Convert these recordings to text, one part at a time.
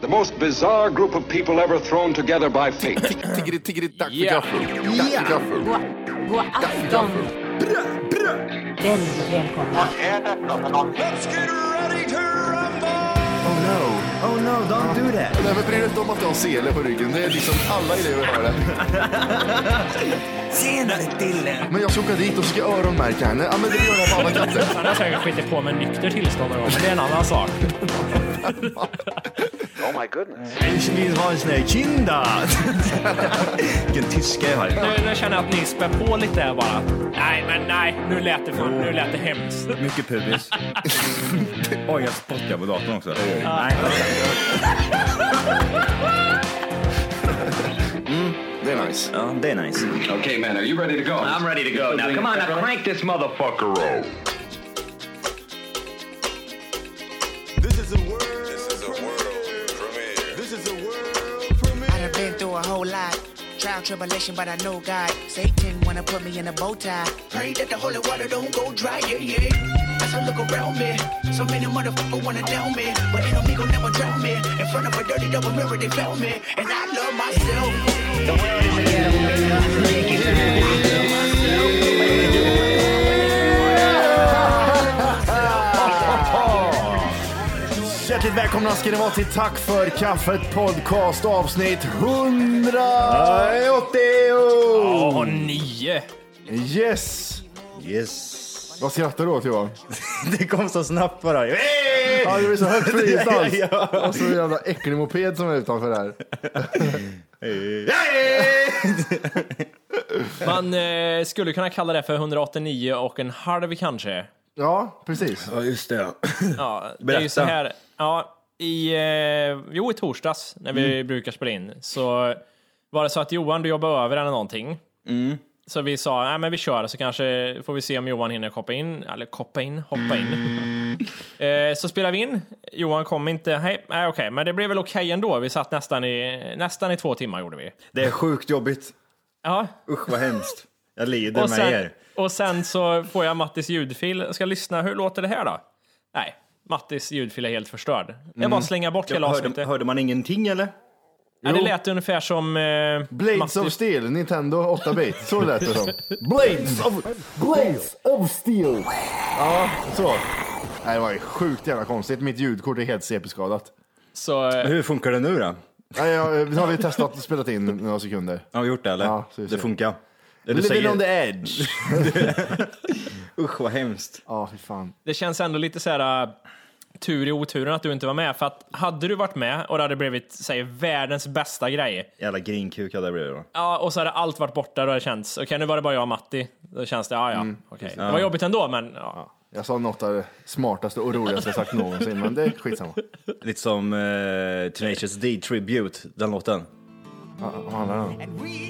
The most bizarre group of people ever thrown together by fate. Tiggeri, tiggeri, dack för Ja. gaffel. Dack för gaffel. God, god afton! Väldigt välkomna. Oh no, oh no, don't do that. Nej, men bry dig inte om att jag har sele på ryggen. Det är liksom alla elever har det. Senare Dille. Men jag ska åka dit och ska öronmärka henne. Ja, men det gör jag på alla katter. Han har säkert skitit på med nykter tillstånd någon gång, men det är en annan sak. Ich will was ne Kinder. Vilken tyska jag har. Nu, nu känner jag att ni spär på lite här bara. Nej, men nej, nu lät det, för, nu lät det hemskt. Mycket pubis. Oj, jag spottar på datorn också. Det är nice. Ja, det är nice. okay, man, are you ready to go? I'm ready to go. Now, come on, now crank this motherfucker up. I done been through a whole lot. Trial, tribulation, but I know God. Satan wanna put me in a bow tie. Pray that the holy water don't go dry, yeah, yeah. As I look around me, so many motherfuckers wanna down me. But ain't no me gon' never drown me. In front of a dirty double mirror, they found me. And I love myself. The world is a ghetto, baby. I make it. I love myself. Hjärtligt välkomna ska ni vara till Tack för kaffet podcast avsnitt 180! Åh, nio! Yes! Yes. Vad skrattar du åt Johan? Det kom så snabbt bara. Hey! Ja, det blir så högt för instans. Ja, Och så en jävla äcklig moped som är utanför här. Man eh, skulle kunna kalla det för 189 och en halv kanske. Ja, precis. Ja, just det. Ja, det är ju Berätta. så här. Ja, i, eh, jo, i torsdags när vi brukar spela in så var det så att Johan, du jobbade över eller någonting. Så vi sa, nej men vi kör så kanske får vi se om Johan hinner koppa in, eller koppa in, hoppa in. Eh, så spelade vi in, Johan kom inte, hej, nej okej, men det blev väl okej ändå. Vi satt nästan i, nästan i två timmar gjorde vi. Det är sjukt jobbigt. Ja, Usch, vad hemskt. Jag lider och med sen, er. och sen så får jag Mattis ljudfil. Jag ska lyssna, hur låter det här då? Nej, Mattis ljudfil är helt förstörd. Jag bara slänga bort hela Hörde, avsnittet. hörde man ingenting eller? Ja, det lät ungefär som... Eh, Blades of Steel, Nintendo 8-bit. Så lät det som. Blades of, Blades of Steel. Ja, så. Nej, det var ju sjukt jävla konstigt. Mitt ljudkort är helt CP-skadat. så, eh, Hur funkar det nu då? Nej, jag, vi har vi testat och spelat in några sekunder. Har vi gjort det eller? Ja, så vi det ser. funkar. Det du Living on säger. the edge. Usch, vad hemskt. Ja, fy fan. det känns ändå lite så här... eh, Tur i oturen att du inte var med, för att hade du varit med och det hade blivit säg, världens bästa grej, Jävla grinkuk hade det blivit då. ja, och så hade allt varit borta, då hade det känts, okej nu var det bara jag och Matti, då känns det, ja ja, okej. Det var jobbigt ändå, men ja. Jag sa något av det smartaste och roligaste jag sagt någonsin, men det är skitsamma. Lite som eh, Tenacious D Tribute, den låten. Ja, vad handlar det om?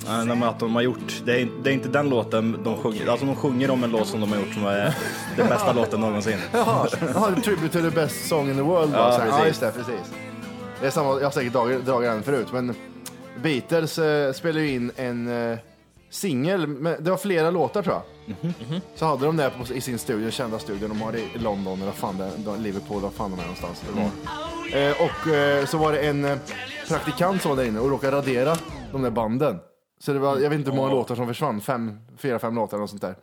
Ja, nej, men att de har gjort, det är, det är inte den låten de sjunger, alltså de sjunger om en låt som de har gjort som är den bästa låten någonsin. Jaha, jaha, tribute to typ the best song in the world. Ja, Ja, så här. ja precis. just det, precis. Det är samma, jag har säkert dragit dragit den förut, men Beatles eh, spelade ju in en eh, singel, med- det var flera låtar tror jag. Så hade de det på, i sin studio, kända studio, de har det i London eller vad fan det är, Liverpool, vad fan de är någonstans. Det var. Eh, och eh, så var det en eh, praktikant som var där inne och råkade radera de där banden. Så det var, jag vet inte hur många låtar som försvann, fem, fyra, fem låtar eller något sånt där.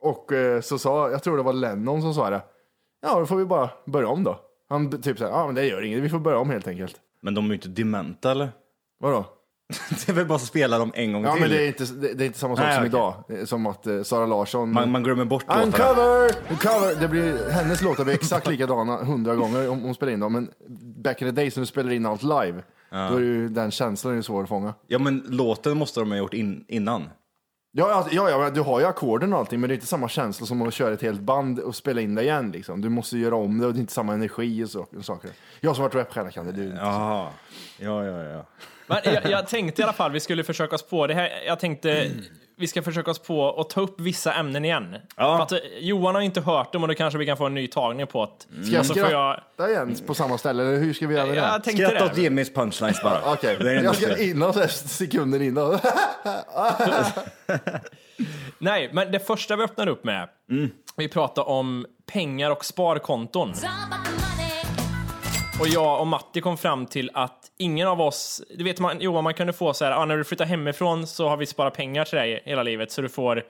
Och eh, så sa, jag tror det var Lennon som sa det. Ja, då får vi bara börja om då. Han b- typ såhär, ja men det gör inget, vi får börja om helt enkelt. Men de är ju inte dementa eller? Vadå? Det är väl bara att spela dem en gång Ja till? men det är inte, det, det är inte samma sak Nej, som okej. idag. Det är Som att eh, Sara Larsson... man, man glömmer bort låtarna. Uncover! Uncover! Det blir, hennes låtar blir exakt likadana hundra gånger om hon spelar in dem. Men back in the days när du spelar in allt live, då är ju den känslan är svår att fånga. Ja men låten måste de ha gjort in, innan. Ja, alltså, ja, ja, men du har ju ackorden och allting, men det är inte samma känsla som att köra ett helt band och spela in det igen. Liksom. Du måste göra om det och det är inte samma energi och, så, och saker. Jag som varit rapstjärna kan det. Du, Jaha. Ja, ja, ja. Men jag, jag tänkte i alla fall vi skulle försöka oss på det här. Jag tänkte vi ska försöka oss på att ta upp vissa ämnen igen. För att, eh, Johan har inte hört dem och då kanske vi kan få en ny tagning på att... Ska jag Och så får jag, skratta igen på samma ställe, eller hur ska vi göra med det? jag tänkte Skratta åt det. Jimmys punchlines bara. Okej, Det är det jag enda ska jag- innan så här, sekunden innan. Nej, men det första vi öppnar upp med. Mm. Vi pratar om pengar och sparkonton. It's all about the money. Och jag och Matti kom fram till att ingen av oss, du vet man, Johan, man kunde få så här, ah, när du flyttar hemifrån så har vi sparat pengar till dig hela livet så du får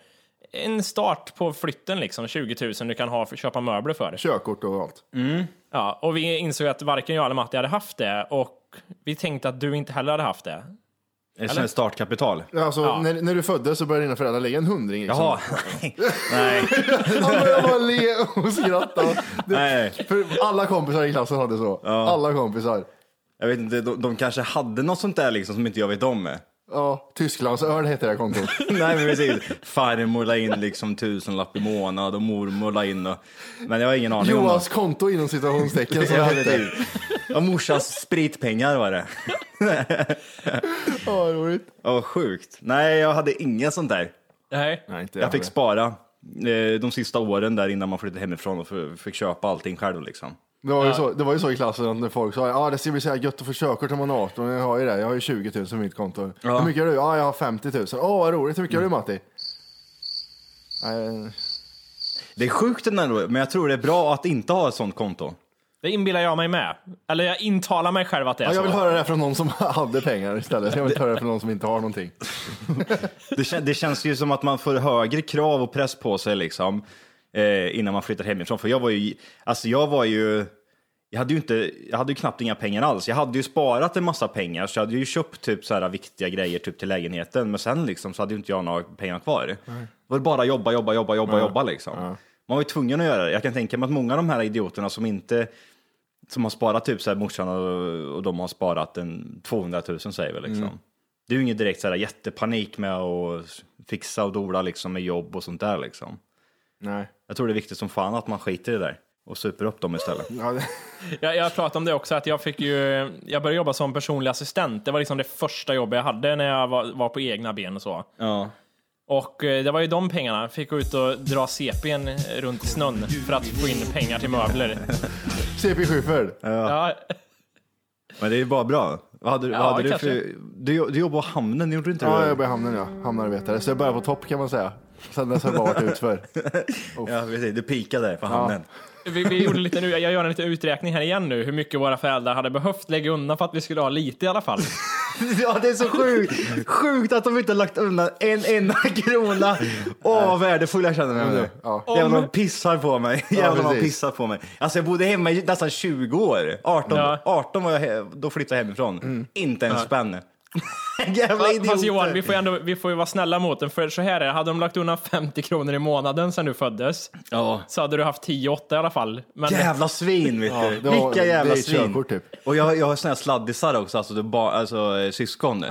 en start på flytten liksom, 20 000 du kan ha för, köpa möbler för. Körkort och allt. Ja, och vi insåg att varken jag eller Matti hade haft det och vi tänkte att du inte heller hade haft det. Ett sånt här startkapital. Alltså, när, när du föddes så började dina föräldrar lägga en hundring. Liksom. Mm. Jaha, nej. Ja, men jag bara le och skrattade. nej. För alla kompisar i klassen hade så. Alla kompisar. Jag vet inte, de, de kanske hade något sånt där liksom som inte jag vet om. Ja, Tysklandsöl heter det här kontot. Nej men precis. Farmor la in liksom tusenlapp i månad och mormor la in och... Men jag har ingen aning om Johans det. konto inom citationstecken. Som det Ja, hette. precis. Och morsans spritpengar var det. Ja, vad roligt. Åh sjukt. Nej jag hade inga sånt där. Nej. Nej, inte Jag fick spara eh, de sista åren där innan man flyttade hemifrån och f- fick köpa allting själv liksom. Det var, ju så, det var ju så i klassen att när folk sa ja ah, det ska bli så här gött att få körkort när man är 18. Jag har ju det, jag har ju 20 000 på mitt konto. Hur mycket har du? Ja, ah, jag har 50 000. Åh, vad roligt. Hur mycket har du Matti? Nej, Det är sjukt den där, men jag tror det är bra att inte ha ett sånt konto. Det inbillar jag mig med. Eller jag intalar mig själv att det är ja, jag vill så. höra det här från någon som hade pengar istället. Jag vill inte höra det från någon som inte har någonting. Det, kän- det känns ju som att man får högre krav och press på sig liksom eh, innan man flyttar hemifrån. För jag var ju, alltså jag var ju, jag hade ju inte, jag hade ju knappt inga pengar alls. Jag hade ju sparat en massa pengar så jag hade ju köpt typ så här viktiga grejer typ till lägenheten. Men sen liksom så hade ju inte jag några pengar kvar. Det var bara jobba, jobba, jobba, jobba, jobba liksom. Man var ju tvungen att göra det. Jag kan tänka mig att många av de här idioterna som inte som har sparat typ så här morsan och, och de har sparat en 200 000 säger vi liksom. Det är ju ingen direkt så här jättepanik med att fixa och dola liksom med jobb och sånt där liksom. Nej. Jag tror det är viktigt som fan att man skiter i det där och super upp dem istället. Ja, det, Jag, jag pratade om det också, att jag fick ju, jag började jobba som personlig assistent. Det var liksom det första jobbet jag hade när jag var, var på egna ben och så. Ja. Och eh, det var ju de pengarna. Jag fick gå ut och dra CPn runt i snön för att få in pengar till möbler. CP Schyffert. Ja, Men det är ju bara bra. Vad hade, Ja, vad hade du, för, kanske. du, du jobbade på hamnen, gjorde du inte Ja, det? jag började hamna ja. Hamnarbetare. Så jag började på topp kan man säga. Sen dess har jag bara varit utför. Ja, precis. Du pikade där på hamnen. vi, vi gjorde lite nu, jag gör en liten uträkning här igen nu, hur mycket våra föräldrar hade behövt lägga undan för att vi skulle ha lite i alla fall. Ja, det är så sjukt. Sjukt att de inte har lagt undan en enda krona. Åh, vad värdefull jag känner mig nu. Ja. Jävlar, de pissar på mig. Jävlar, de precis. pissar på mig. Alltså, jag bodde hemma i nästan 20 år. 18, Ja. 18 var jag he- då flyttade jag hemifrån. Mm. Inte en spänn. Jävla idioter. Fast Johan, vi får, ju ändå, vi får ju vara snälla mot dem, för så här är det, hade de lagt undan 50 kronor i månaden sedan du föddes, ja. så hade du haft 10-8 i alla fall. Men Jävla svin, vet du. det var- Vilka jävla det är ett svin. körkort, typ. Och jag, jag har såna här sladdisar också, alltså, det är ba, alltså eh, syskon.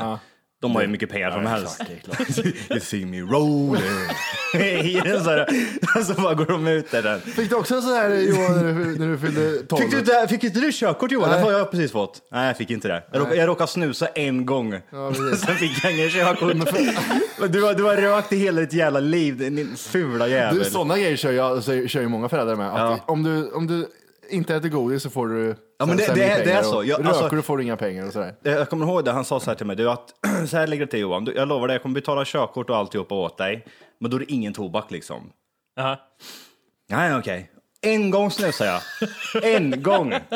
De har ju mycket pengar som helst. you see me rolling. I den så här, alltså bara går de ut där. den. Fick du också en sån här Johan när du, när du fyllde 12? Fick, du inte, fick inte du körkort Johan? Nej. Det har jag precis fått. Nej, jag fick inte det. Jag, råk, jag råkade snusa en gång. precis. Sen fick jag ingen körkort. Men du, har- du har rökt i hela ditt jävla liv, din fula jävel. Du, sådana grejer kör, jag, så- kör ju många föräldrar med. Att om, du, om du inte äter godis så får du Ja, men det- sämre det är- det är pengar så. Och, Jag- röker alltså- du får du inga pengar och sådär. Eh, Jag kommer ihåg det, han sa så här till mig, du att så här ligger det till Johan, Du, jag lovar dig, jag kommer betala körkort och alltihopa åt dig, men då är det ingen tobak liksom. Jaha. Nej, okej. En gång snusar jag. En gång.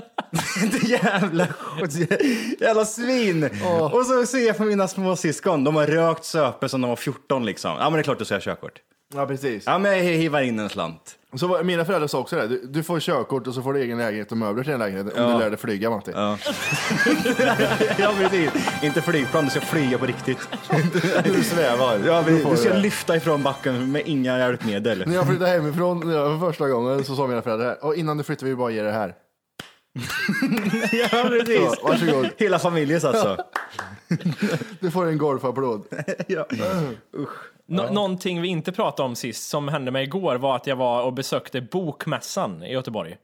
Det jävla, skit- jävla svin. Och så ser jag på mina små syskon, de har rökt söper som de var 14 liksom. Ja, men det är klart du ska ha körkort. Ja, precis. Ja, men jag hivar in en slant. Så var, mina föräldrar sa också det. Du, du får körkort och så får du egen lägenhet och möbler till den lägenheten om Ja. du lär dig flyga, Matti. Ja, precis. Inte flygplan, du ska flyga på riktigt. Du svävar. Ja, Då får du ska det. lyfta ifrån backen med inga hjälpmedel. När jag flyttade hemifrån för första gången så sa mina föräldrar och innan du flyttar vill vi bara ge dig det här. Ja, Ja, precis. varsågod, Hela familjen alltså. du får en golfapplåd. ja. Nå- Någonting vi inte pratade om sist som hände mig igår var att jag var och besökte Bokmässan i Göteborg.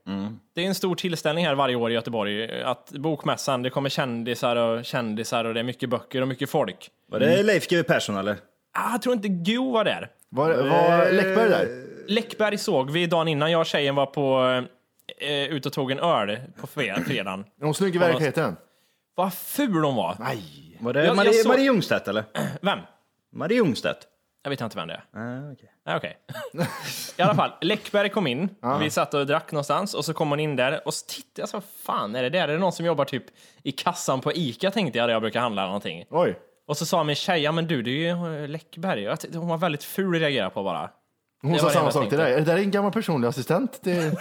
Det är en stor tillställning här varje år i Göteborg. Att Bokmässan, det kommer kändisar och kändisar och det är mycket böcker och mycket folk. Var det Leif GW Persson eller? Ah, jag tror inte Gio var där. Var, var Läckberg där? Läckberg såg vi dagen innan jag och tjejen var på eh, ut och tog en öl på fre- fredagen. Är hon snygg i verkligheten? Vad ful hon var! Nej. Var det Jag- jag Marie, såg- Marie Ljungstedt eller? Vem? Marie Ljungstedt? Jag vet inte vem det är. Ah, okej. Nej, Okej. I alla fall, Läckberg kom in. Vi satt och drack någonstans och så kom hon in där och så tittade jag så vad fan är det där? Är det någon som jobbar typ i kassan på Ica tänkte jag där jag brukar handla någonting. Oj. Och så sa min tjej, ja men du det är ju eh, Läckberg. Jag tyckte Hon var väldigt ful att reagera på bara. Hon Det sa var det samma jag sak till tänkte. dig. Är det där en gammal personlig assistent? Det...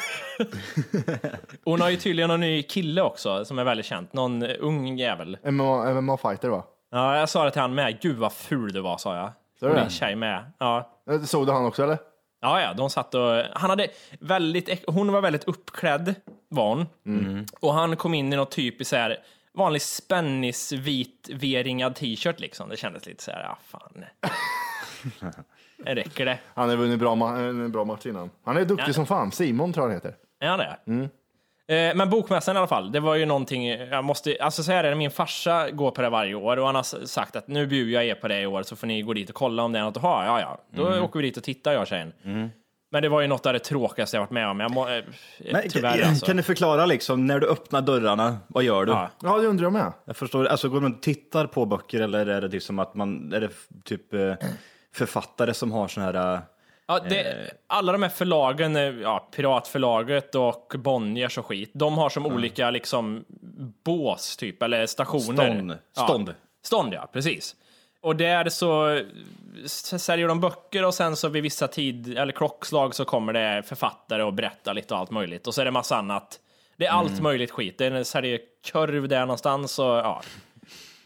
Hon har ju tydligen någon ny kille också som är väldigt känd. Någon eh, ung jävel. MMA, fighter va? Ja, jag sa det till han med. Gud vad ful du var sa jag. Så är Och det. min tjej med. Ja. Eh, Såg du han också eller? Ja, ja, de satt och... Han hade väldigt, äck- hon var väldigt uppklädd, var hon. Och han kom in i något typiskt så här, vanlig spännisvit, V-ringad t-shirt liksom. Det kändes lite så här, ja fan. Det Räcker det? Han har vunnit bra ma- eh, en bra match innan. Han är duktig Ja. som fan. Simon tror jag han heter. Är han det? Eh, Men bokmässan i alla fall, det var ju någonting, jag måste, alltså så här är det, min farsa går på det varje år och han har s- sagt att nu bjuder jag er på det i år så får ni gå dit och kolla om det är något att ha. Ja, ja, då åker vi dit och tittar jag och tjejen. Men det var ju något av det tråkigaste jag varit med om. Jag må, eh, Men, tyvärr kan, alltså. kan du förklara liksom, när du öppnar dörrarna, vad gör du? Ja. Ja, det undrar jag med. Jag förstår, alltså går man och tittar på böcker eller är det typ som att man, är det f- typ eh, författare som har sån här, eh, Ja, det, alla de här förlagen, eh, ja, Piratförlaget och Bonniers och skit, de har som olika liksom bås typ, eller stationer. Stånd. Ja. Stånd. Stånd, ja, precis. Och där så eh, s- säljer de böcker och sen så vid vissa tid, eller klockslag så kommer det författare och berättar lite och allt möjligt. Och så är det massa annat. Det är allt Mm. möjligt skit. Det är en säljer kurv där någonstans och ja.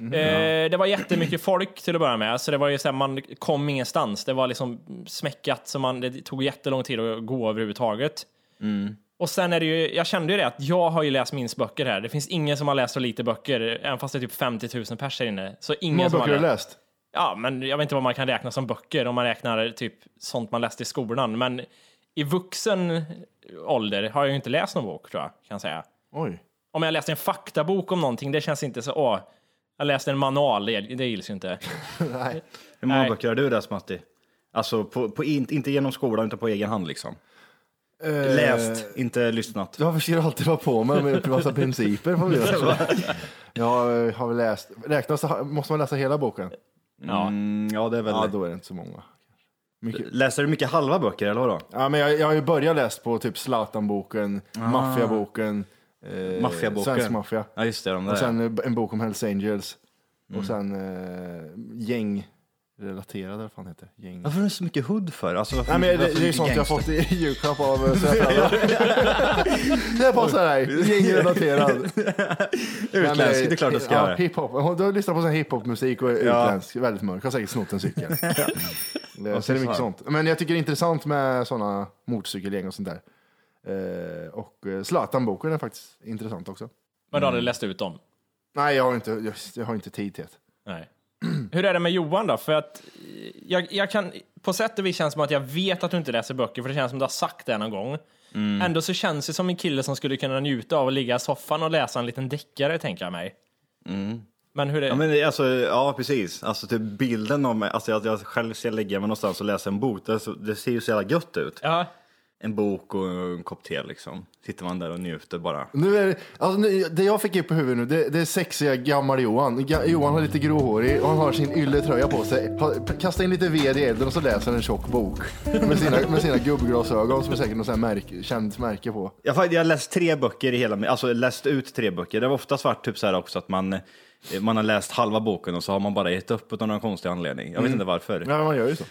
Eh, det var jättemycket folk till att börja med, så det var ju så här, man kom ingenstans. Det var liksom smäckat, så man, det tog jättelång tid att gå överhuvudtaget. Och sen är det ju, jag kände ju det att jag har ju läst minst böcker här. Det finns ingen som har läst så lite böcker, även fast det är typ 50 000 pers här inne. Så Hur många ingen som har böcker har du läst. läst? Ja, men jag vet inte vad man kan räkna som böcker om man räknar typ sånt man läste i skolan. Men i vuxen ålder har jag ju inte läst någon bok tror jag, kan jag säga Oj. om jag läste en faktabok om någonting, det känns inte så, åh, jag läste en manual, det, det gills ju inte. Nej. hur många Nej. böcker har du läst Matti? Alltså på, på in, inte genom skolan utan på egen hand liksom. Läst, inte lyssnat. Varför ska du alltid vara på mig med en massa principer? På mig också? Jag eh, har väl läst. Räknas, måste man läsa hela boken? Ja. Mm, ja, det är väl Ja, då är det inte så många. Läser du mycket halva böcker eller vadå? Ja, men jag, jag har ju börjat läst på typ Zlatan-boken, Maffiaboken, eh, Ah. Maffiaboken. Svensk Maffia. Ja, Mm. just det, de där. Och sen eh, en bok om Hells Angels. Och sen eh, gängrelaterade, vad fan heter det? Gäng. Varför är det så mycket hood för? Alltså, varför, Nej, men det, varför det är ju mycket sånt jag har gangster? fått i julklapp av eh, svärföräldrar. Det passar dig, gängrelaterad. Utländsk, det är klart jag ska ja, göra. hiphop. Du har lyssnat på sån här hiphopmusik och är Ja. utländsk, väldigt mörk. Har säkert snott en cykel. ja. det, så är det så här. mycket sånt. Men jag tycker det är intressant med såna motorcykelgäng och sånt där. Eh, och eh, Zlatan-boken är faktiskt intressant också. Men då har du Mm. läst ut dem? Nej, jag har inte, jag, jag har inte tid till det. Nej. Hur är det med Johan då? För att eh, jag, jag kan, på sätt och vis känns det som att jag vet att du inte läser böcker, för det känns som att du har sagt det någon gång. Mm. Ändå så känns det som en kille som skulle kunna njuta av att ligga i soffan och läsa en liten deckare, tänker jag mig. Men hur är det? Mm. Ja, men det är alltså, ja precis. Alltså typ bilden av mig, alltså att jag själv ska lägga mig någonstans och läsa en bok, det, är så, det ser ju så jävla gött ut. ja. En bok och en kopp te liksom. Sitter man där och njuter bara. Nu är, det- alltså nu, det jag fick upp i huvudet nu, det, det är sexiga gammal-Johan. Ga, Johan har lite gråhårig och han har sin ylletröja på sig. Ha, kastar in lite ved i elden och så läser han en tjock bok. Med sina, med sina gubbglasögon som är säkert något sånt här märk, känt märke på. Jag har fakt- jag har läst tre böcker i hela min- alltså läst ut tre böcker. Det har oftast varit typ så här också att man, eh, man har läst halva boken och så har man bara gett upp av någon konstig anledning. Jag vet inte varför. Mm. Ja, man gör ju så.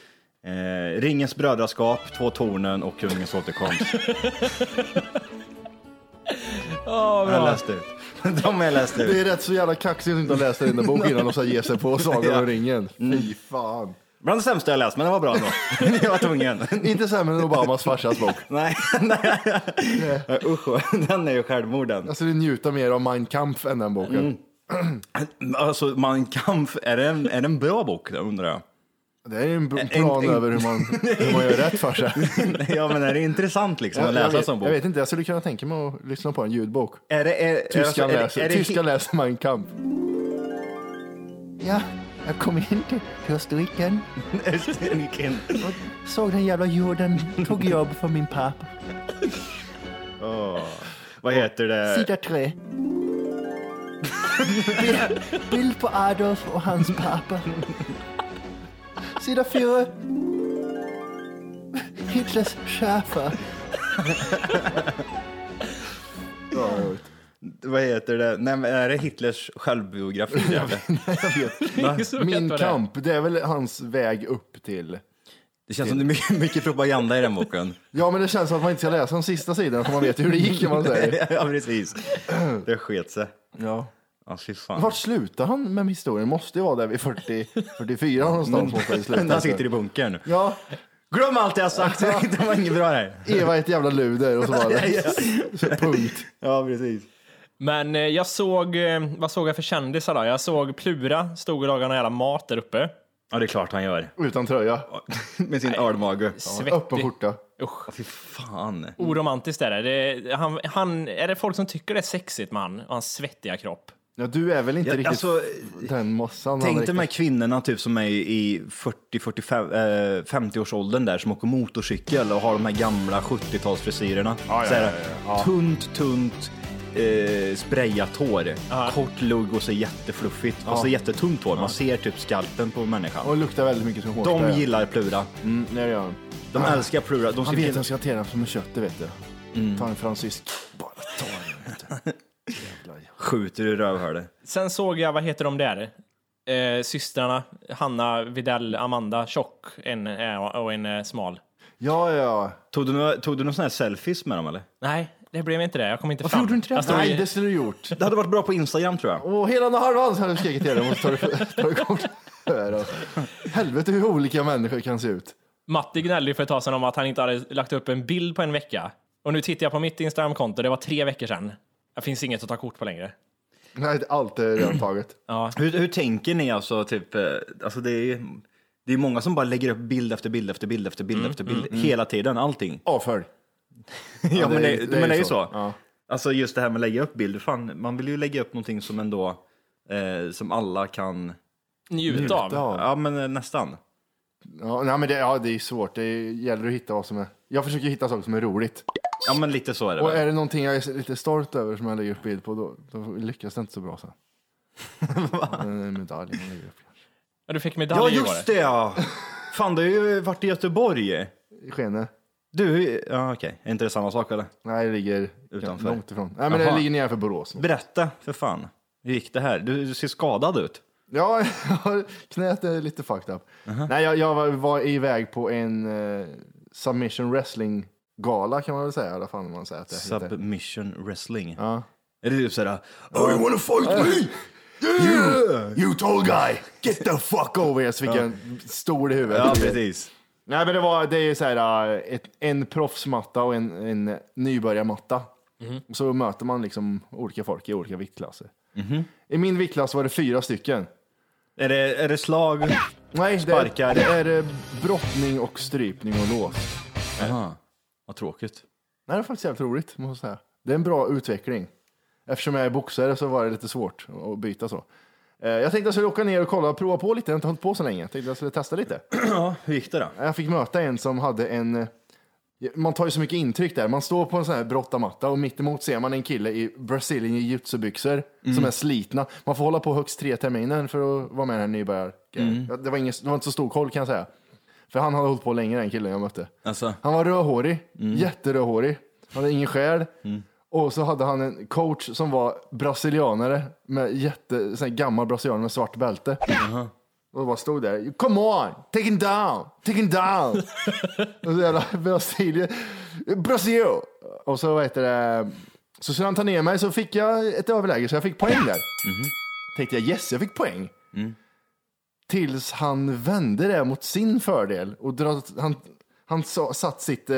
Eh, Ringens brödraskap, Två tornen och Kungens återkomst. Åh, Jag har bra. läst ut. De har jag läst Det ut. är rätt så jävla kaxigt att inte ha läst den där boken innan och så ge sig på Sagan Ja. om ringen. Fy fan. Bland det sämsta jag läst, men den var bra ändå. jag var tvungen. Inte sämre än Obamas farsas bok. Nej, nej. Usch, den är ju självmord den. Jag skulle Alltså, njuta mer av Mein Kampf än den boken. Alltså, man kan, är, det en, är det en bra bok, det undrar jag? Det är ju en b- En- plan en- över hur man, hur man gör rätt för sig. ja, men är det intressant liksom att jag, läsa vet, som bok? jag vet inte, jag skulle kunna tänka mig att lyssna på en ljudbok. Är det, är, är, Tyska, alltså, är, läser, det- är det, tyska läser Mein Kampf. Ja, jag kom in till Österriken, Vilken- såg den jävla jorden, tog jobb för min pappa. Åh, Vad heter det? Sida 3. Bild på Adolf och hans pappa. sida fyra. Hitlers chefer. Vad heter det? Nej, men är det Hitlers självbiografi? eller? Ingen som vet Min vad det är. kamp, det är väl hans väg upp till... Det känns som det är mycket, mycket propaganda i den boken. Ja, men det känns som att man inte ska läsa de sista sidorna för man vet ju hur det gick om man säger. ja, precis. Det sket sig. Ja. Ja, fy fan. Vart slutar han med historien? Måste ju vara där vid 40, 44 någonstans. måste han ju sluta. Han sitter i bunkern. Ja, Glöm allt jag sagt! det var inget bra där. Eva är ett jävla luder och så bara så punkt. Ja, precis. Men eh, jag såg, eh, vad såg jag för kändisar då? Jag såg Plura stod och lagade någon jävla mat där uppe. Ja, det är klart han gör. Utan tröja, Med sin ölmage. öppen Svettig. skjorta. Usch, Fy fan. oromantiskt är det. det är- han, han, är det folk som tycker det är sexigt med han och hans svettiga kropp? Ja, du är väl inte Ja, riktigt alltså, den mossan. han Tänk dig riktigt- de här kvinnorna typ, som är i 40-45, eh, 50-årsåldern där som åker motorcykel och har de här gamla 70-talsfrisyrerna. ja, Så här, ja, ja, ja. Tunt, tunt, eh, sprayat hår. Kort lugg och så jättefluffigt. Och så jättetunt hår. Man ser typ skalpen på människan. Och luktar väldigt mycket som hårspray. de gillar Plura. Mm, det gör han. De älskar Plura. De Han ser vet att han till- ska hantera dem som en kött, det vet du. Mm. Ta en fransysk. Bara ta den. vet du. Jävla- skjuter i rövhålet. Sen såg jag, vad heter de där? Eh, systrarna, Hanna, Videll, Amanda, tjock en är och en är smal. Ja, ja. Tog du några, tog du några såna här selfies med dem eller? Nej, det blev inte det. Jag kom inte Varför fram. gjorde du inte det? Jag stod Nej, i- det skulle du gjort. Det hade varit bra på Instagram tror jag. Och hela den halvan hade du skrikit till dem och så tar du- tar du igång det här, alltså. Helvete hur olika människor kan se ut. Matti gnällde ju för ett tag sedan om att han inte hade lagt upp en bild på en vecka. Och nu tittar jag på mitt Instagramkonto, det var tre veckor sedan. Det finns inget att ta kort på längre. Nej, allt är redan taget. Hur, hur tänker ni alltså, typ, eh, alltså det är det är många som bara lägger upp bild efter bild efter bild efter bild efter bild hela tiden, allting. Avfölj. Mm, Ja, men det, ju- men det är ju så. Ja. Alltså just det här med att lägga upp bilder, fan, man vill ju lägga upp någonting som ändå, eh, som alla kan, Njut, av. Ja. ja men eh, nästan. Ja, nej, men det, ja, det är svårt. Det gäller att hitta vad som är... Jag försöker hitta saker som är roligt. Ja men lite så är det Och väl. är det någonting jag är lite stolt över som jag lägger upp bild på, då, då lyckas det inte så bra sen. En medalj man lägger upp. Ja, du fick Ja medalj just det ja! Fan du har ju varit i Göteborg. I Skene? Du, ja okej, är inte det samma sak eller? Nej, det ligger Utanför. långt ifrån. Nej, men Jaha. det ligger nedanför Borås. Berätta för fan, hur gick det här? Du, du ser skadad ut. Ja, knät är lite fucked up. Nej, jag, jag var, var iväg på en eh, submission wrestling gala kan man väl säga. Eller fan man säger att det heter. Submission wrestling. Ja. Är det typ såhär, oh you wanna fight me? You, you tall guy, get the fuck over here! Så fick jag en stor i huvudet. Ja precis. Nej, men det, var, det är ju så här, eh, ett, en proffsmatta och en, en nybörjarmatta. Mhm. Och så möter man liksom olika folk i olika viktklasser. Mhm. I min viktklass var det fyra stycken. Är det, är det slag? Nej, det Sparkar. är, det är eh, brottning och strypning och lås. Aha. Vad tråkigt. Nej, det är faktiskt jävligt roligt, måste jag säga. Det är en bra utveckling. Eftersom jag är boxare så var det lite svårt att byta så. Eh, Jag tänkte jag skulle åka ner och kolla och prova på lite. Jag har inte hållit på så länge. Jag tänkte jag skulle testa lite. Ja, hur gick det då? Jag fick möta en som hade en... eh, Man tar ju så mycket intryck där. Man står på en sån här brottamatta och mitt emot ser man en kille i Brazilian jiu-jitsu-byxor som är slitna. Man får hålla på högst tre terminer för att vara med i den här nybörjar. Ja, Det, var ingen, det var inte så stor koll kan jag säga. För han hade hållit på längre än killen jag mötte. Alltså, Han var rödhårig, jätterödhårig. Han hade ingen själ. Och så hade han en coach som var brasilianare, med jätte, sån här gammal brasilianare med svart bälte. Och bara stod där. Come on, take him down, take him down. och så jävla Brasilien. Brasil! Och så vad heter det. Så skulle han ta ner mig så fick jag ett överläge så jag fick poäng där. Tänkte jag yes, jag fick poäng. Tills han vände det mot sin fördel. Och dra, han han sa, satt sitt, eh,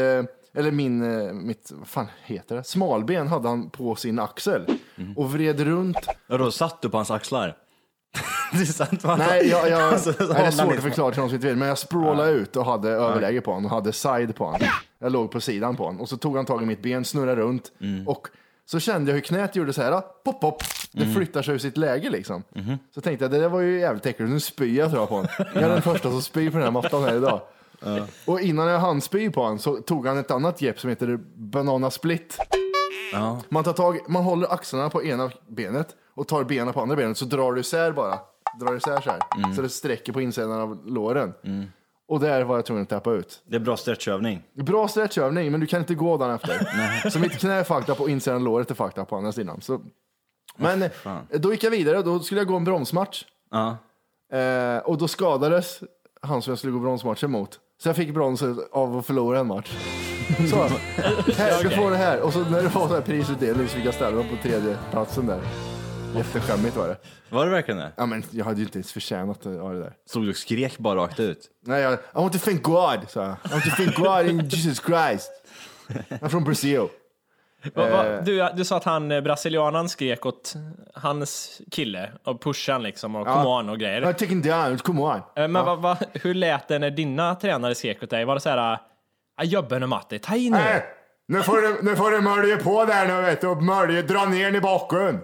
eller min, eh, mitt, vad fan heter det? Smalben hade han på sin axel. Och vred runt. ja, då satt du på hans axlar? det är sant man. Nej, jag, jag, Alltså, så nej, det håller är han svårt liksom- att förklara till någon som inte vill. Men jag språlade ut och hade överläge på honom och hade side på honom. Jag låg på sidan på honom. Och så tog han tag i mitt ben, snurrade runt. Och så kände jag hur knät gjorde så här, ah, pop, pop. Det flyttar sig ur sitt läge liksom. Så tänkte jag, det där var ju jävligt äckligt. Nu spyr jag tror jag på honom. Jag är den första som spyr på den här mattan här idag. Och innan jag hann spy på honom så tog han ett annat grepp som heter banana split. Man tar tag, man håller axlarna på ena benet och tar benen på andra benet så drar du isär bara. Drar isär så här. Så det sträcker på insidan av låren. Och där var jag tvungen att tappa ut. Det är bra stretchövning. Bra stretchövning, men du kan inte gå dagen efter. så mitt knä är fucked up och insidan av låret är fucked up på andra sidan. Så. Men eh, då gick jag vidare, då skulle jag gå en bromsmatch. Ja. Eh, och då skadades han som jag skulle gå bronsmatchen mot. Så jag fick brons av att förlora en match. Så, här, du får det här. Och så när det var så här prisutdelning så fick jag ställa mig på tredje platsen där. Jätteskämmigt var det. Var det verkligen det? Ja, men jag hade ju inte ens förtjänat att ha det där. Stod du och skrek bara rakt ut? Nej, jag, I want to thank God, sa jag. I want to thank God in Jesus Christ. I'm from Brazil. Va, va, du, du sa att han eh, brasilianan skrek åt hans kille och pushade liksom och kom on och grejer. I'm taking down, come on. Eh, Men va, va, hur lät det när dina tränare skrek åt dig? Var det så här, "Ah, jobben och Matti, ta in nu. Nej, nu får du, nu får du mölje på där nu vet du. Och Mölje, dra ner den i backen.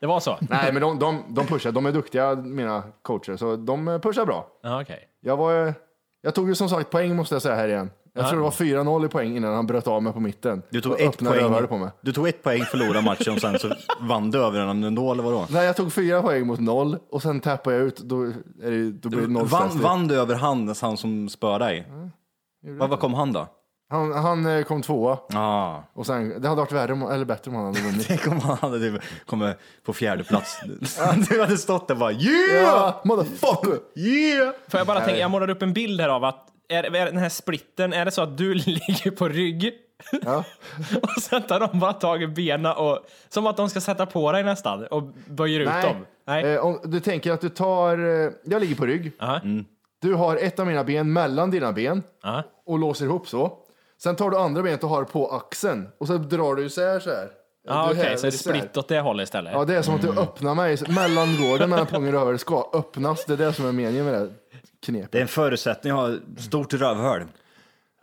Det var så? Nej, men de, de, de pushar. De är duktiga, mina coacher, så de pushar bra. Ja, okej. Jag, var, eh, jag tog ju som sagt poäng, måste jag säga här igen. Jag tror det var 4-0 i poäng innan han bröt av mig på mitten. Du Och tog ett öppnade poäng, rövhålet på mig. du tog ett poäng förlorade matchen och sen så vann du över den ändå, eller vadå? Nej, jag tog fyra poäng mot noll och sen tappade jag ut. Då, är det, då blir det noll Vann, stress. vann du över han, han som spöade dig? Vad vad kom han då? Han, han eh, kom tvåa Ah. och sen, det hade varit värre om, eller bättre om han hade vunnit. Tänk om han hade typ kommit på fjärde plats. du hade stått där bara yeah! Ja, motherfucker! Yeah! Får jag bara tänka, jag målar upp en bild här av att är, är den här splitten, är det så att du ligger på rygg Ja. och sen tar de bara tag i benen och som att de ska sätta på dig nästan och böjer ut Nej. dem? Nej. Eh, om du tänker att du tar, eh, jag ligger på rygg. Aha. Du har ett av mina ben mellan dina ben Aha. och låser ihop så. Sen tar du andra benet och har på axeln och så drar du isär så här. Ja, Du okej, häver så är det isär. splitt åt det hållet istället? Ja, det är som att du öppnar mig. Mellangården mellan pungen och rövhålet ska öppnas. Det är det som är meningen med det här knepet. Det är en förutsättning att ha stort rövhål.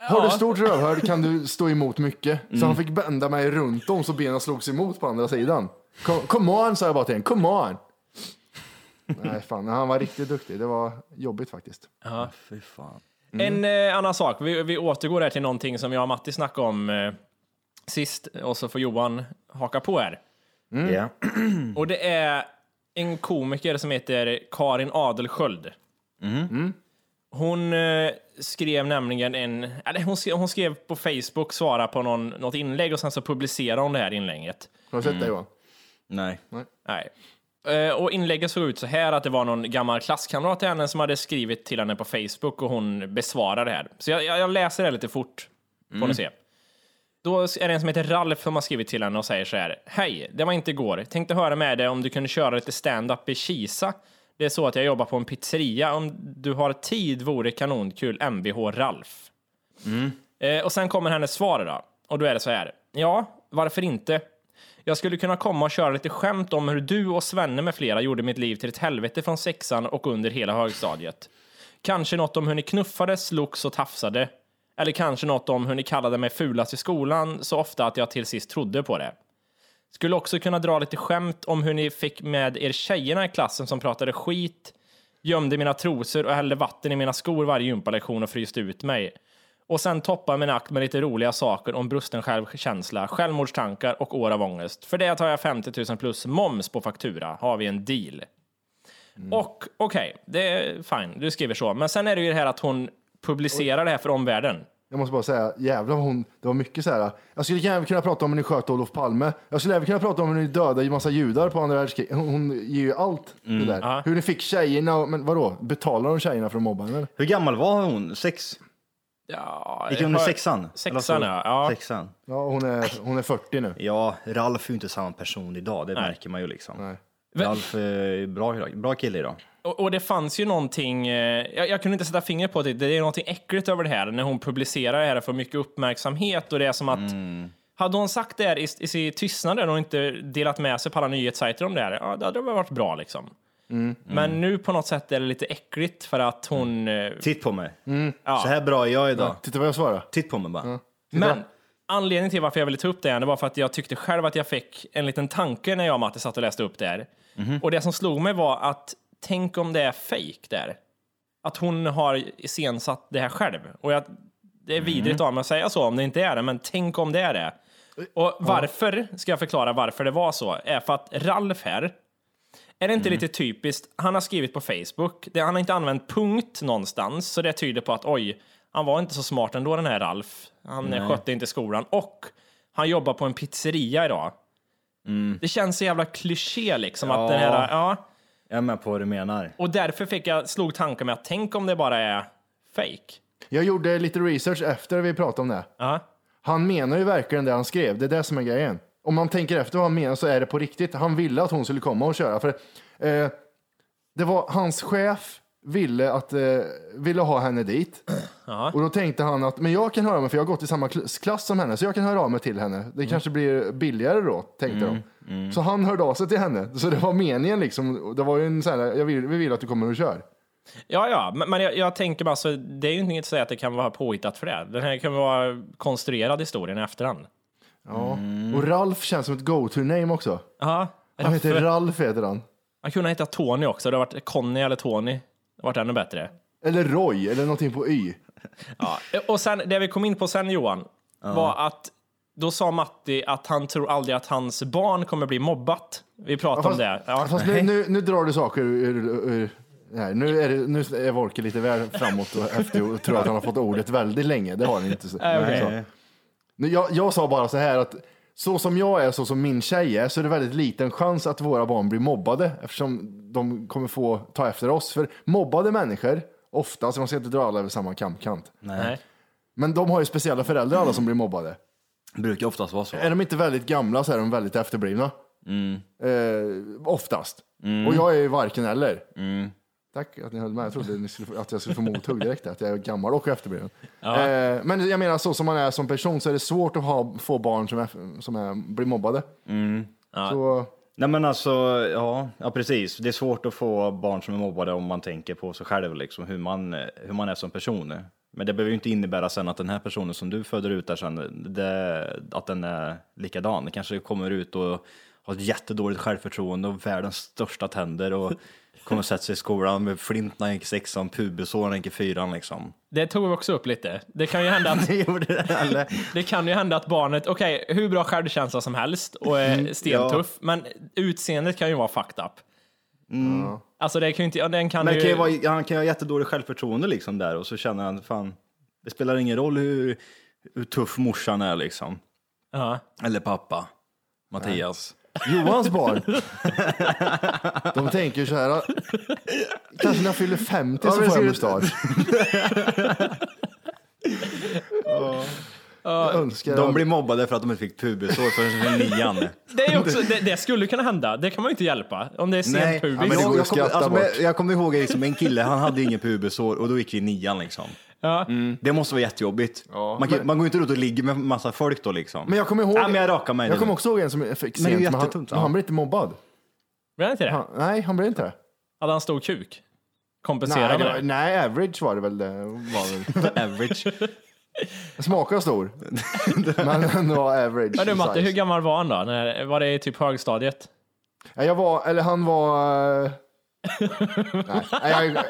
Har du stort rövhål kan du stå emot mycket. Så han fick bända mig runt om så benen slogs emot på andra sidan. Kom- Come on, sa jag bara till honom. Come on! Nej, fan. Han var riktigt duktig. Det var jobbigt faktiskt. Ja. Fy fan. En eh, annan sak, vi, vi återgår här till någonting som jag och Matti snackade om eh, sist och så får Johan haka på här. Ja. Och det är en komiker som heter Karin Adelsköld. Hon eh, skrev nämligen en, eller hon skrev, hon skrev på Facebook, svara på någon, något inlägg och sen så publicerade hon det här inlägget. Har du sett det Johan? Nej. Nej. Eh, Och inlägget såg ut så här att det var någon gammal klasskamrat till henne som hade skrivit till henne på Facebook och hon besvarade det här. Så jag, jag jag läser det här lite fort, får ni se. Då är det en som heter Ralf som har skrivit till henne och säger så här. Hej, det var inte igår. Tänkte höra med dig om du kunde köra lite stand-up i Kisa. Det är så att jag jobbar på en pizzeria. Om du har tid vore kanonkul. Mvh Ralf. Eh, och sen kommer hennes svar då. Och då är det så här. Ja, varför inte? Jag skulle kunna komma och köra lite skämt om hur du och Svenne med flera gjorde mitt liv till ett helvete från sexan och under hela högstadiet. Kanske något om hur ni knuffade, slogs och tafsade. Eller kanske något om hur ni kallade mig fulast i skolan så ofta att jag till sist trodde på det. Skulle också kunna dra lite skämt om hur ni fick med er tjejerna i klassen som pratade skit, gömde mina trosor och hällde vatten i mina skor varje gympalektion och fryste ut mig. Och sen toppa min akt med lite roliga saker om brusten självkänsla, självmordstankar och år av ångest. För det tar jag 50 000 plus moms på faktura. Har vi en deal? Och okej, det är fine, du skriver så. Men sen är det ju det här att hon publicerar det här för omvärlden. Jag måste bara säga, jävlar vad hon, det var mycket så här. Jag skulle gärna kunna prata om hur ni sköt Olof Palme. Jag skulle även kunna prata om hur ni dödade en massa judar på andra världskriget. Hon, hon ger ju allt det där. Hur ni fick tjejerna, och- men vadå, betalar de tjejerna för att mobba henne? Hur gammal var hon? Sex? Ja, Gick hon i sexan? Eller så- Sexan, ja. ja. Sexan. Ja, hon är, hon är 40 nu. Ja, Ralf är ju inte samma person idag, det märker man ju liksom. Nej. Ralf är bra, bra kille idag. Och, och det fanns ju någonting, eh, jag, jag kunde inte sätta fingret på det, det är någonting äckligt över det här när hon publicerar det här och får mycket uppmärksamhet och det är som att Hade hon sagt det här i, i sin tystnad och inte delat med sig på alla nyhetssajter om det här, ja, det hade väl varit bra liksom. Men nu på något sätt är det lite äckligt för att hon... eh, Titt på mig. Ja. Så här bra är jag idag. Titta vad jag svarar. Titt på mig bara. Men anledningen till varför jag ville ta upp det här det var för att jag tyckte själv att jag fick en liten tanke när jag och Matte satt och läste upp det här. Och det som slog mig var att tänk om det är fake där. Att hon har iscensatt det här själv. Och jag, det är vidrigt av mig att säga så om det inte är det, men tänk om det är det. Och varför, ska jag förklara varför det var så, är för att Ralf här Är det inte lite typiskt? Han har skrivit på Facebook, det, han har inte använt punkt någonstans, så det tyder på att oj, han var inte så smart ändå den här Ralf. Han Nej. skötte inte skolan och han jobbar på en pizzeria idag. Det känns så jävla kliché liksom att den här, Mm. ja. Jag är med på vad du menar. Och därför fick jag, slog tanken med att tänk om det bara är fake. Jag gjorde lite research efter vi pratade om det. Ja. Han menar ju verkligen det han skrev. Det är det som är grejen. Om man tänker efter vad han menar så är det på riktigt. Han ville att hon skulle komma och köra. För, eh, det var hans chef ville, att, eh, ville ha henne dit. Och då tänkte han att men jag kan höra av mig för jag har gått i samma kl- klass som henne så jag kan höra av mig till henne. Det kanske blir billigare då, tänkte de. Så han hörde av sig till henne. Så det var meningen liksom. Det var ju en sån här, jag vill, vi vill att du kommer och kör. Ja, ja, men, men jag, jag tänker bara så, det är ju inget att säga att det kan vara påhittat för det. Den här kan vara konstruerad historien i efterhand. Ja. Och Ralf känns som ett go-to-name också. Ja, Han heter Ralf heter han. man kunde ha hittat Tony också. Det har varit Conny eller Tony. Det har varit ännu bättre. Eller Roy, eller någonting på Y. Ja. Och sen, det vi kom in på sen Johan, var att då sa Matti att han tror aldrig att hans barn kommer bli mobbat. Vi pratade om det. Ja. Fast nu, nu, nu drar du saker ur... ur, ur nej, nu är, det, nu är Volker lite väl framåt och efter och tror att han har fått ordet väldigt länge. Det har han inte. Så. okej. Så. Nu, jag, jag sa bara så här att så som jag är, så som min tjej är, så är det väldigt liten chans att våra barn blir mobbade eftersom de kommer få ta efter oss. För mobbade människor, ofta, så man ska inte dra alla över samma kamkant. Nej. Men de har ju speciella föräldrar alla som blir mobbade. Det brukar oftast vara så. Är de inte väldigt gamla så är de väldigt efterblivna. Eh, oftast. Och jag är ju varken eller. Tack att ni höll med. Jag trodde ni skulle, få- att jag skulle få mothugg direkt, att jag är gammal och efterbliven. Eh, men jag menar så som man är som person så är det svårt att ha, få barn som, är, som är, blir mobbade. Så, Nej men alltså, ja, ja precis. Det är svårt att få barn som är mobbade om man tänker på sig själv, liksom, hur, man, hur man är som person. Men det behöver ju inte innebära sen att den här personen som du föder ut där sen, det, att den är likadan. Den kanske kommer ut och har ett jättedåligt självförtroende och världens största tänder och kommer sätta sig i skolan med flint när han gick i sexan, pubisår när han gick i fyran liksom. Det tog vi också upp lite. Det kan ju hända att, Det gjorde det, eller? det kan ju hända att barnet, okej, hur bra självkänsla som helst och är stentuff, men utseendet kan ju vara fucked up. Alltså det kan ju inte, ja, den kan Men ju... det kan ju vara, han kan ju ha jättedåligt självförtroende liksom där och så känner han fan, det spelar ingen roll hur, hur tuff morsan är liksom. ja. Eller pappa, Mattias. Johans barn. de tänker så här. Kanske när jag fyller 50 så men får jag ser du- mustasch. Jag önskar De blir mobbade för att de inte fick pubisår förrän i nian. Det, är ju också, det, det skulle kunna hända, det kan man ju inte hjälpa. Om det är sent Ja, pubis. men det går ju jag, jag, att kommer, skratta alltså, bort. men jag kommer ihåg liksom, en kille, han hade inget pubisår och då gick vi i nian liksom. Ja. Det måste vara jättejobbigt. man, kan, man går ju inte runt och ligger med massa folk då liksom. Men jag kommer ihåg. Ja, men jag rakar mig jag nu. kommer också ihåg en som fick Men sent, det är ju men han, jättetungt, ja. men han blev inte mobbad. Var det inte det? Han, nej, han blev inte det. Hade han stor kuk? Kompensera Nej, med det det? var, nej, average var det väl. Det var väl. Average. Smakar stor. men den var average. Men du Matte, size. hur gammal var han då? När, var det i typ högstadiet? Ja, Jag var, eller han var... eh, nej, jag,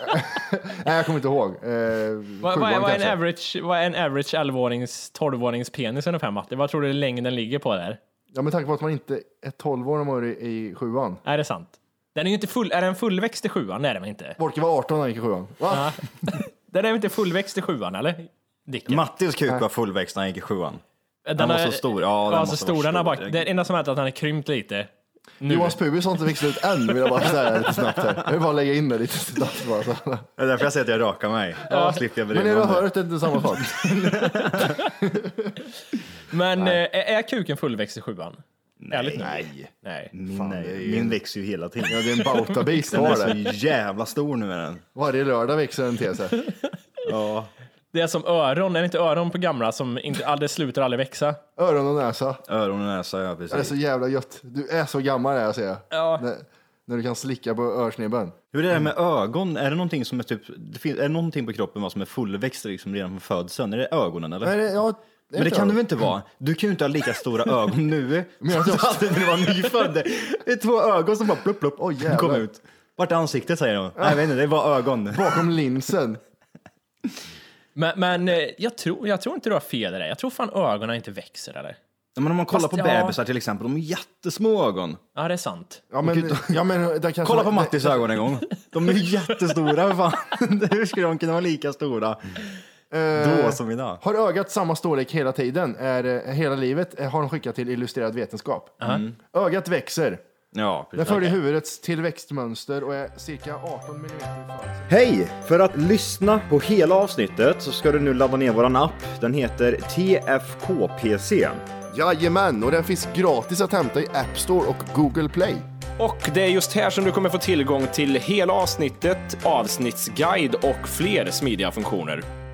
nej, jag kommer inte ihåg. Eh, Vad, vad, sjuan är, vad, är en kanske. average, vad är en average 11-årings, 12-årings penis ungefär Matte? Vad tror du längden ligger på där? Ja, med tanke på att man inte är 12 år när man var i, i sjuan. Är det sant? Den är ju inte full, är den fullväxt i sjuan? Nej, det är den inte. Volker var 18 när han gick i sjuan. Va? Den är väl inte fullväxt i sjuan, eller? Dicken? Mattias kuk var fullväxt när han gick i sjuan. den Den var är- så stor. Ja, Ja, den alltså måste vara stor den har stor. bak. Det enda som hänt är att han har krympt lite. Johans pubis har inte växt ut än, vill jag bara säga lite snabbt. Här. Jag vill bara lägga in det lite snabbt. Bara, så. Det är därför jag säger att jag rakar mig. Då slipper jag bry Men mig är du om det. hört det är inte samma sak? Men eh, är, är kuken fullväxt i sjuan? Ärligt nu? Nej. Nej. Min, Fan, nej. det är ju- Min växer ju hela tiden. Ja, det är en bautabis Den är kvar så där. jävla stor nu är den. Varje lördag växer den till sig. Ja. Det är som öron, är det inte öron på gamla som inte, aldrig slutar aldrig växa? Öron och näsa. Öron och näsa, ja Det är så precis. jävla gött. Du är så gammal är jag säger jag. Ja. När, när du kan slicka på örsnibben. Hur är det här mm. med ögon? Är det någonting som är typ, det finns, är det någonting på kroppen va, som är fullväxt liksom redan från födseln? Är det ögonen eller? Nej, det, ja, det är Men det inte kan du öron. väl inte vara? Du kan ju inte ha lika stora ögon nu. Men jag hade när du var nyfödd. Det är två ögon som bara plupp, plupp, Oj, jävlar. kom ut. Vart är ansiktet säger de? Nej, jag vet inte, det var ögon. Bakom linsen. Men, men eh, jag, tror, jag tror inte du har fel i det. Jag tror fan ögonen inte växer eller? Ja, Men om man kollar Fast, på ja. bebisar till exempel, de har jättesmå ögon. Ja, det är sant. Ja, men, ja, men, där kanske Kolla på det- Mattis ögon en gång. De är ju jättestora, för fan. Hur skulle de kunna vara lika stora eh, då som idag? Har ögat samma storlek hela tiden, är, eh, hela livet, eh, har de skickat till illustrerad vetenskap. Ögat växer. Mm. Ja, Den precis. följer huvudets tillväxtmönster och är cirka 18 mm. Hej! För att lyssna på hela avsnittet så ska du nu ladda ner våran app. Den heter TFKPC. Jajamän, och den finns gratis att hämta i App Store och Google Play. Och det är just här som du kommer få tillgång till hela avsnittet, avsnittsguide och fler smidiga funktioner.